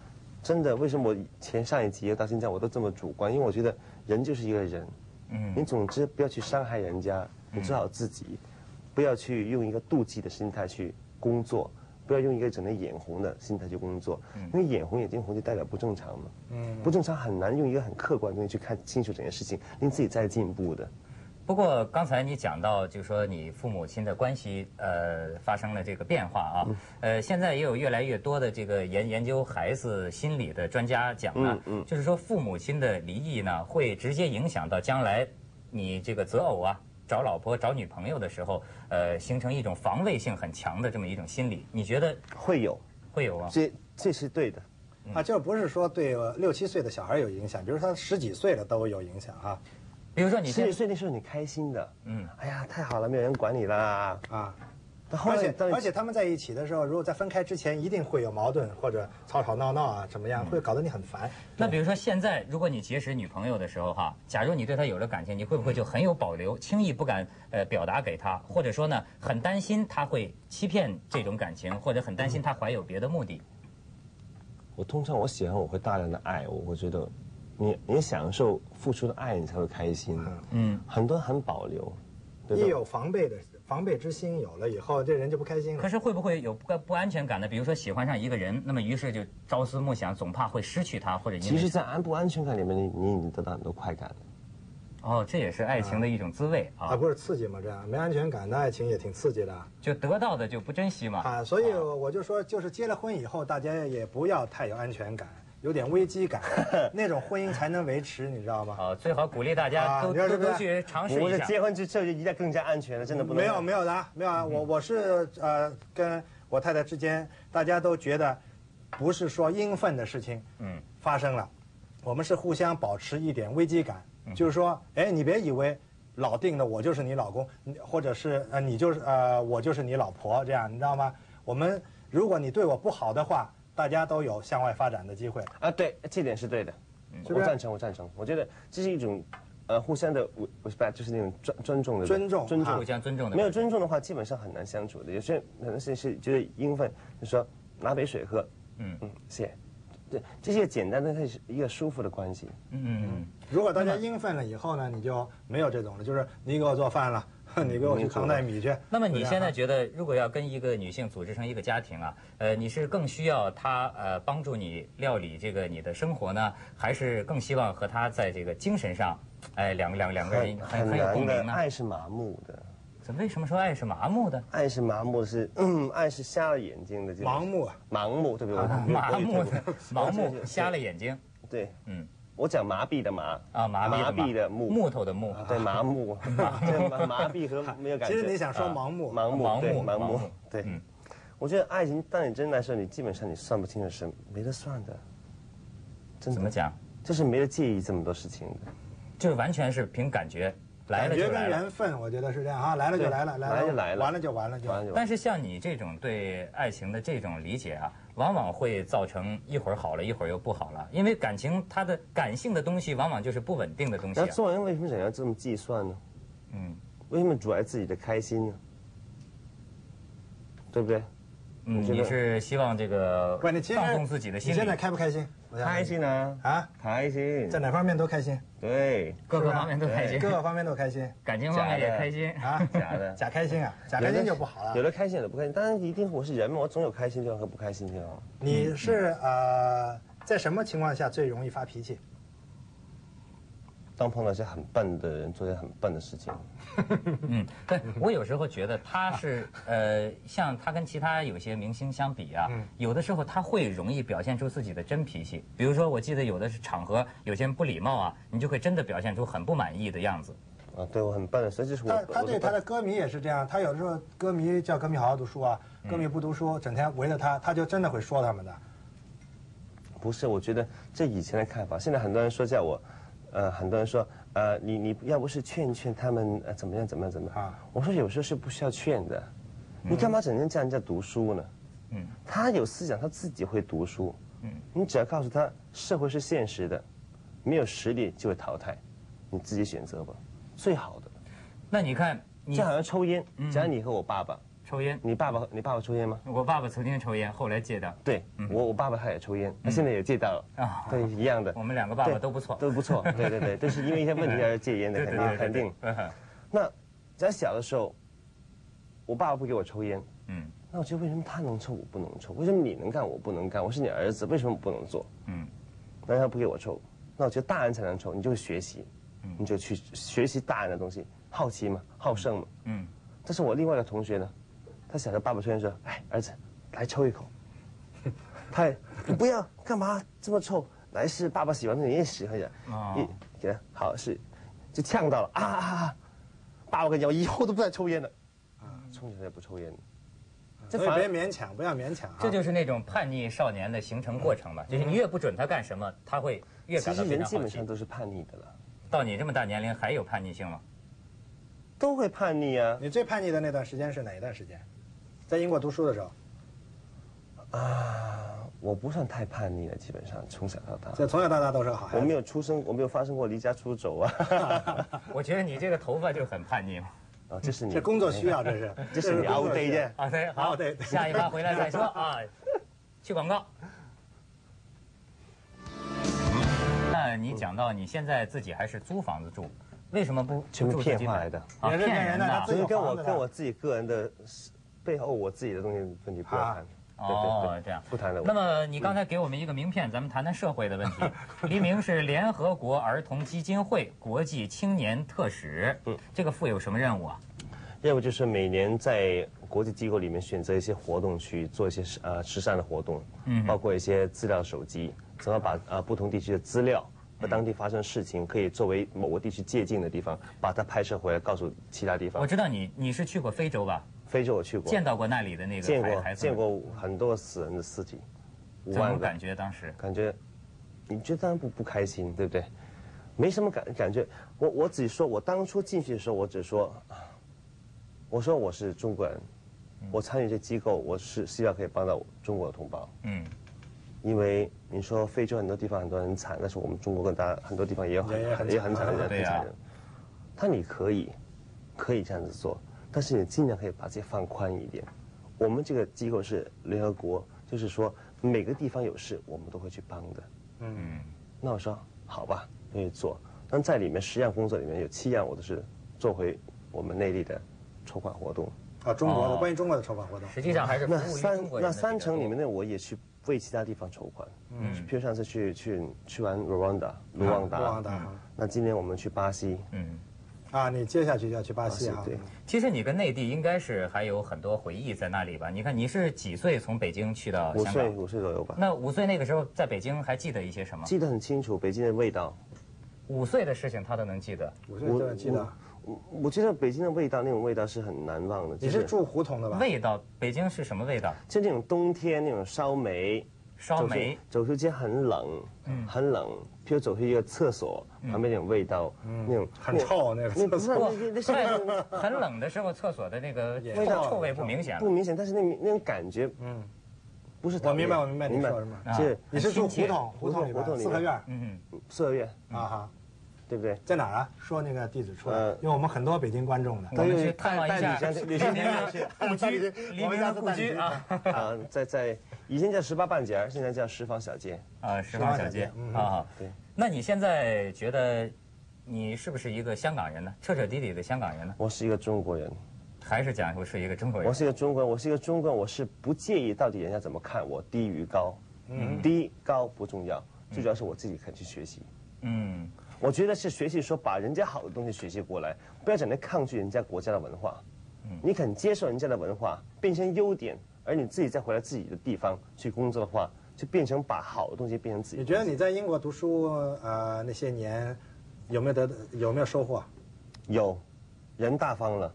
真的，为什么我以前上一集到现在我都这么主观？因为我觉得人就是一个人，嗯你总之不要去伤害人家，嗯你做好自己，不要去用一个妒忌的心态去工作。不要用一个只能眼红的心态去工作，嗯因为眼红眼睛红就代表不正常嘛。不正常很难用一个很客观的东西去看清楚整件事情，令自己在进步的。不过刚才你讲到，就说你父母亲的关系呃发生了这个变化啊，嗯呃，现在也有越来越多的这个研研究孩子心理的专家讲呢，嗯嗯就是说父母亲的离异呢，会直接影响到将来你这个择偶啊。找老婆、找女朋友的时候，呃，形成一种防卫性很强的这么一种心理，你觉得会有，哦会有吗？这这是对的。啊，就不是说对呃六七岁的小孩有影响，比如说他十几岁了都有影响啊哈比如说你十现几岁那时候你开心的，嗯嗯，哎呀，太好了，没有人管你啦。啊。但后而来且当你而且他们在一起的时候，如果在分开之前，一定会有矛盾或者吵吵闹闹啊，怎么样，会搞得你很烦。那比如说现在，如果你结识女朋友的时候哈，假如你对她有了感情，你会不会就很有保留，轻易不敢呃表达给她，或者说呢，很担心她会欺骗这种感情，或者很担心她怀有别的目的？我通常我喜欢我会大量的爱，我会觉得你你享受付出的爱，你才会开心。嗯，很多人很保留，一对吧？有防备的防备之心有了以后，这人就不开心可了。是会不会有不不安全感呢？比如说喜欢上一个人，那么于是就朝思暮想，总怕会失去他，或者因其为实，在安不安全感里面，你你已经得到很多快感了。哦，这也是爱情的一种滋味啊，啊，不是刺激吗？这样没安全感的爱情也挺刺激的啊就得到的就不珍惜嘛。啊。所以我就说，就是结了婚以后，大家也不要太有安全感，有点危机感，那种婚姻才能维持，你知道吗？啊，最好鼓励大家啊都你说都是不是都去尝试我一是下。结婚之后就一定更加安全了，真的不能没有没有的啊，没有啊，我我是呃跟我太太之间，大家都觉得不是说应分的事情，嗯，发生了，我们是互相保持一点危机感，就是说，哎，你别以为老定的我就是你老公，你或者是呃你就是呃我就是你老婆这样，你知道吗？我们如果你对我不好的话，大家都有向外发展的机会。啊，对，这点是对的，嗯是不我是赞成，我赞成。我觉得这是一种，呃，互相的 respect，就是那种尊尊重的尊重尊重啊互相尊重的没有感尊重的话，基本上很难相处的。有些很多事情是觉得应分，就说拿杯水喝，嗯嗯嗯，谢谢。对，这些简单的，它是一个舒服的关系。嗯嗯嗯。如果大家应分了以后呢，你就没有这种了，就是你给我做饭了， 你给我去扛袋米去。那么你对啊现在觉得，如果要跟一个女性组织成一个家庭啊，呃，你是更需要她呃帮助你料理这个你的生活呢，还是更希望和她在这个精神上，哎，两个两两个人很很很很有难共的鸣，啊呢？爱是麻木的，怎么为什么说爱是麻木的？爱是麻木的是，嗯，爱是瞎了眼睛的，这种盲目啊，盲目，对不对？我麻木的，我盲我目，瞎了眼睛对，嗯嗯，我讲麻痹的麻啊，麻痹的痹的木啊木头的木，对麻木， 对麻麻痹和没有感其觉。啊实你想说盲目，盲目，盲对目盲盲目目，对嗯。我觉得爱情，当你真来的时候，你基本上你算不清的是没得算的，真怎么的讲？就是没得介意这么多事情的，就是完全是凭感觉，来感了觉就跟来了。缘分，我觉得是这样啊，来了就对来了，来就来了完了就完了就。完了就完但是像你这种对爱情的这种理解啊，往往会造成一会儿好了，一会儿又不好了，因为感情它的感性的东西往往就是不稳定的东西、然啊后。做人为什么想要这么计算呢？嗯为什么阻碍自己的开心呢？对不对？嗯，我觉得你是希望这个不，你其实放纵自己的心你现在理，开不开心？我想问开你心啊，啊，开心在，哪方面都开心，对，各是个吧方面都开心，各个方面都开心感情方面也开心。啊。 假的。假开心啊，假开心就不好有了。的开心，有的不开心。当然，一定我是人嘛，我总有开心地方和不开心地方。你是呃，在什么情况下最容易发脾气？当碰到一些很笨的人，做一些很笨的事情，嗯，对，我有时候觉得他是呃，像他跟其他有些明星相比啊，有的时候他会容易表现出自己的真脾气。比如说，我记得有的是场合，有些人不礼貌啊，你就会真的表现出很不满意的样子。啊，对我很笨的，所以这是我他我他对他的歌迷也是这样，他有的时候歌迷叫歌迷好好读书啊，嗯歌迷不读书，整天围着他，他就真的会说他们的。不是，我觉得这以前的看法，现在很多人说叫我，呃，很多人说，呃，你你要不是劝劝他们，呃，怎么样怎么样怎么样？啊嗯我说有时候是不需要劝的，你干嘛整天叫人家读书呢？嗯，他有思想，他自己会读书。嗯，你只要告诉他，社会是现实的，没有实力就会淘汰，你自己选择吧，最好的。那你看，你就好像抽烟，嗯假如你和我爸爸，抽烟，你爸爸你爸爸抽烟吗？我爸爸曾经抽烟，后来戒掉。对，我我爸爸他也抽烟，他现在也戒掉了嗯啊，对，一样的。我们两个爸爸对都不错。都不错，对对对，都是因为一些问题而戒烟的，对肯对对嗯定肯对定。那在小的时候，我爸爸不给我抽烟，嗯那我觉得为什么他能抽我不能抽？为什么你能干我不能干？我是你儿子，为什么我不能做？嗯，那他不给我抽，那我觉得大人才能抽，你就会学习，嗯你就去学习大人的东西，好奇嘛，好胜嘛。嗯，但是我另外一个同学呢，他想着爸爸抽烟说：“哎，儿子，来抽一口。” 他也你不要干嘛这么臭？来是爸爸喜欢的，你也喜欢呀。哦一给他好是，就呛到了啊啊啊啊！爸爸跟你讲，我以后都不再抽烟了。啊，从小也不抽烟了。这所以反别而勉强，不要勉强啊。这就是那种叛逆少年的形成过程吧，就是你越不准他干什么，他会越嗯其感实到非人常基好本奇上。都是叛逆的了，到你这么大年龄还有叛逆性吗？ 都会叛逆啊。你最叛逆的那段时间是哪一段时间？在英国读书的时候，我不算太叛逆了，基本上从小到这大，从小到大都是个好孩我子。没有出生，我没有发生过离家出走啊。我觉得你这个头发就很叛逆嘛。啊，这是你这工作需要，这是 这是你工作 out 需 day 要见。啊，对，好，哦好对对下一趴回来再说啊。去广告。嗯那你讲到你现在自己还是租房子住，为什么不全部不住自骗己话买来的，啊，也是骗骗人人的的啊他自所己以有跟房我子的跟我自己个人的背后我自己的东西问题不要谈，对对哦对，，这样不谈了。那么你刚才给我们一个名片，咱们谈谈社会的问 题。黎明是联合国儿童基金会国际青年特使，这个负有什么任务啊？要不就是每年在国际机构里面选择一些活动去做一些时呃慈善的活动，嗯包括一些资料手集，怎么把呃不同地区的资料和当地发生的事情，可以作为某个地区借鉴的地方，把它拍摄回来，告诉其他地我方。知道你你是去过非洲吧，非洲我去过，见到过那里的那见个孩过孩子见们，过很多死人的尸体，五怎么万个感。觉当时？感觉，你觉得当然不不开心，对不对？没什么感感觉。我我只说，我当初进去的时候，我只说，啊我说我是中国人，我参与这机构，我是希望可以帮到中国的同胞。嗯，因为你说非洲很多地方很多人很惨，但是我们中国跟大很多地方也有很也很也很惨的人，对很啊惨的人。他你可以，可以这样子做，但是你尽量可以把自己放宽一点。我们这个机构是联合国，就是说每个地方有事，我们都会去帮的。嗯，那我说好吧，可以做。但在里面十样工作里面有七样我都是做回我们内地的筹款活动。啊，中国的哦关于中国的筹款活动，实际上还是服那务于中三国人的那比较三城多里面的我也去为其他地方筹款，嗯，譬如上次去去去完卢旺达，卢旺达，啊卢旺达那今年我们去巴西，嗯，啊，你接下去就要去巴西啊，对，其实你跟内地应该是还有很多回忆在那里吧？你看你是几岁从北京去到五香岁港？五岁左右吧，那五岁那个时候在北京还记得一些什么？记得很清楚北京的味道，五岁的事情他都能记得，我是真的记得。我我觉得北京的味道那种味道是很难忘的，你就是住胡同的吧？味道北京是什么味道？就那种冬天那种烧煤，烧煤，走出走出街很冷，很冷。譬如走去一个厕所，旁边那种味道，那种很臭那个那不是厕所那那是在很冷的时候，厕所的那个也味道臭臭味不明显不了。明显，但是那那种感觉，嗯，不是我讨厌。明白我明白你说什么就啊是 你是亲住胡切同，胡同里胡同边里四合面院儿嗯，四合院，啊哈，对不对？在哪儿啊？说那个地址出来呃，嗯因为我们很多北京观众的。我们去探望一带下你先黎去明的故带你居，黎 明我们下的次故带你居去啊啊，在在以前叫十八半截儿，现在叫十坊小街。啊，十坊小街嗯啊。对，那你现在觉得你是不是一个香港人呢？彻彻底底的香港人呢？我是一个中国人，还是讲我是一个中国人我？是一个中国人，我是一个中国人，我是不介意到底人家怎么看我低与高，低高不重要，最主要是我自己肯去学习。嗯，我觉得是学习说把人家好的东西学习过来，不要整天抗拒人家国家的文化。你肯接受人家的文化，变成优点，而你自己再回来自己的地方去工作的话，就变成把好的东西变成自己你的。觉得你在英国读书呃那些年，有没有得有没有收获？有，人大方了，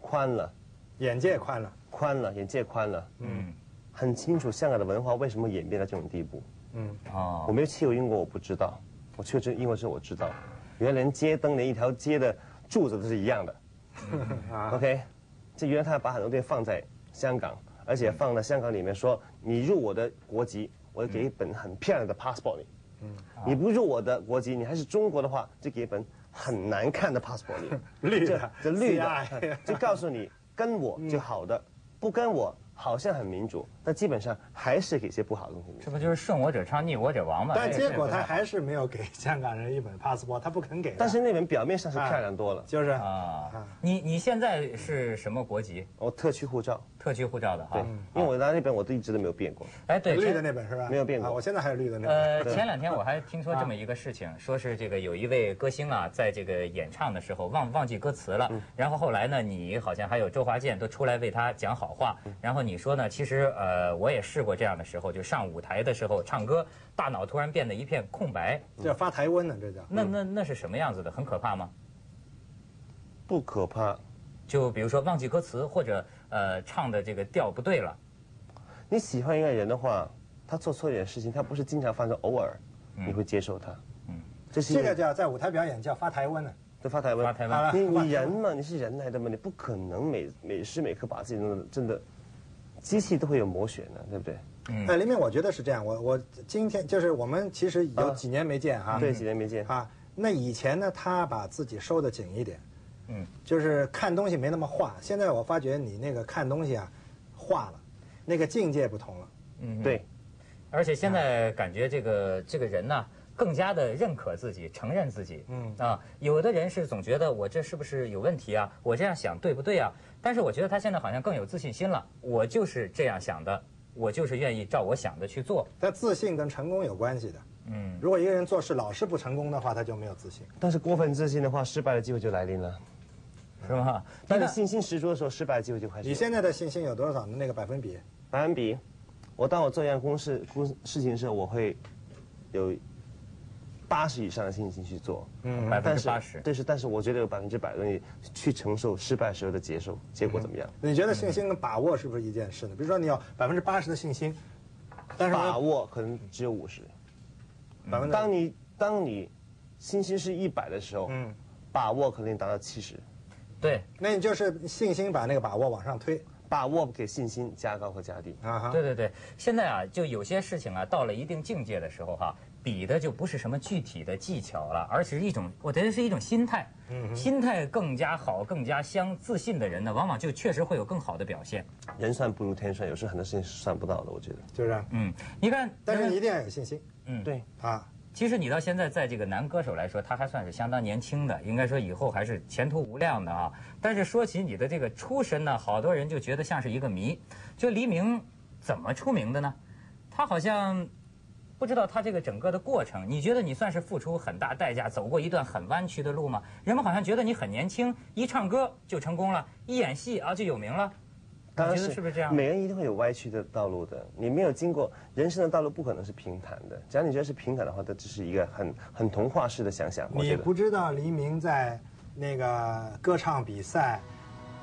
宽了，眼界宽了，宽了，眼界宽了。嗯，很清楚香港的文化为什么演变到这种地步。哦我，没有去过英国，我不知道。我去过英国之后，我知道，原来连街灯、连一条街的柱子都是一样的。OK，这原来他把很多东西放在香港，而且放在香港里面说，你入我的国籍，我就给一本很漂亮的 passport 你。你不入我的国籍，你还是中国的话，就给一本很难看的 passport 你。绿这的这绿 CI 的，就告诉你跟我就好的，不跟我好像很民主，但基本上还是给一些不好的东西。这不就是顺我者昌，逆我者亡嘛？但这个结是果不他太还是没有给香港人一本 passport，他不肯给的。哎但是那本表面上是漂亮多了。就是啊，你你现在是什么国籍？我特区护照，特区护照的对哈。，因为我拿那本我都一直都没有变过。哎，对，绿前的那本是吧？没有变过啊我现在还是绿的 那本。呃，前两天我还听说这么一个事情，说是这个有一位歌星啊，在这个演唱的时候忘忘记歌词了，然后后来呢，你好像还有周华健都出来为他讲好话，然后你说呢，其实呃，我也试过这样的时候，就上舞台的时候唱歌，大脑突然变得一片空白，这发台湾呢，这叫。嗯那那那是什么样子的？很可怕吗？不可怕，就比如说忘记歌词，或者呃唱的这个调不对了，你喜欢一个人的话，他做错一点事情，他不是经常发生，偶尔你会接受他。嗯，这是一这个个叫在舞台表演叫发台湾呢。这发台湾，啊发台湾你你人嘛，你是人来的嘛，你不可能每每时每刻把自己弄得真的，机器都会有磨损的，对不对？哎，林明，我觉得是这样。我我今天就是我们其实有几年没见哈。嗯对，几年没见，啊，那以前呢，他把自己收的紧一点，嗯，就是看东西没那么化。现在我发觉你那个看东西啊，化了，那个境界不同了。嗯对，而且啊现在感觉这个这个人呢、更加的认可自己，承认自己。嗯啊，有的人是总觉得我这是不是有问题啊？我这样想对不对啊？但是我觉得他现在好像更有自信心了。我就是这样想的，我就是愿意照我想的去做。但自信跟成功有关系的。嗯，如果一个人做事老是不成功的话，他就没有自信。但是过分自信的话，失败的机会就来临了。是吧？当你那信心十足的时候，失败的机会就开始你了。现在的信心有多少的那个百分比？百分比，我当我做一样公事公事情的时候，我会有八十以上的信心去做。嗯百分但之是八十，对是，但是我觉得有百分之百的东西去承受失败时候的接受结果怎嗯么样？你觉得信心跟把握是不是一件事呢？比如说你有百分之八十的信心，但是把呢握可能只有五十。嗯百分之当你当你信心是一百的时候，嗯把握可能达到七十，对那你就是信心把那个把握往上推把握给信心加高和加低。啊哈。对对对，现在啊，就有些事情啊，到了一定境界的时候哈、比的就不是什么具体的技巧了，而是一种，我觉得是一种心态。嗯心态更加好、更加相自信的人呢，往往就确实会有更好的表现。人算不如天算，有时候很多事情是算不到的，我觉得。就是，嗯嗯，你看，但是你一定要有信心对，啊。其实你到现在在这个男歌手来说，他还算是相当年轻的，应该说以后还是前途无量的啊。但是说起你的这个出身呢，好多人就觉得像是一个谜，就黎明怎么出名的呢？他好像不知道他这个整个的过程。你觉得你算是付出很大代价，走过一段很弯曲的路吗？人们好像觉得你很年轻，一唱歌就成功了，一演戏啊就有名了。当然你觉得是不是这样每个人一定会有歪曲的道路的。你没有经过人生的道路，不可能是平坦的。只要你觉得是平坦的话，它只是一个很很童话式的想象。我你觉得不知道黎明在那个歌唱比赛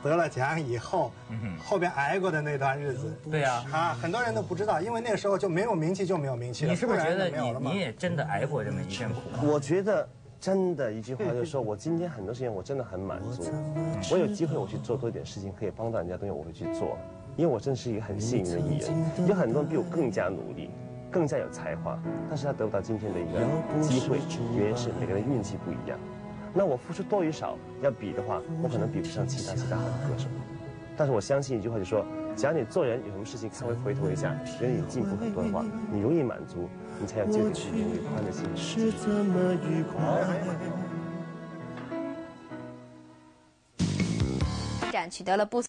得了奖以后，嗯后边挨过的那段日子。对呀、啊，很多人都不知道，因为那时候就没有名气，就没有名气了。你是不是觉然得就没有了你嘛你也真的挨过这么一阵苦啊？ 我觉得真的一句话就是说，我今天很多事情我真的很满足，我有机会我去做多一点事情，可以帮到人家的东西，我会去做，因为我真是一个很幸运的艺人，有很多人比我更加努力。更加有才华，但是他得不到今天的一个机会，原因是每个人运气不一样。那我付出多与少，要比的话，我可能比不上其他其他好的歌手。但是我相信一句话，就说，只要你做人有什么事情稍微回头一下，觉得你进步很多的话，你容易满足，你才有机会去拥有宽的心。是怎么愉快？展取得了不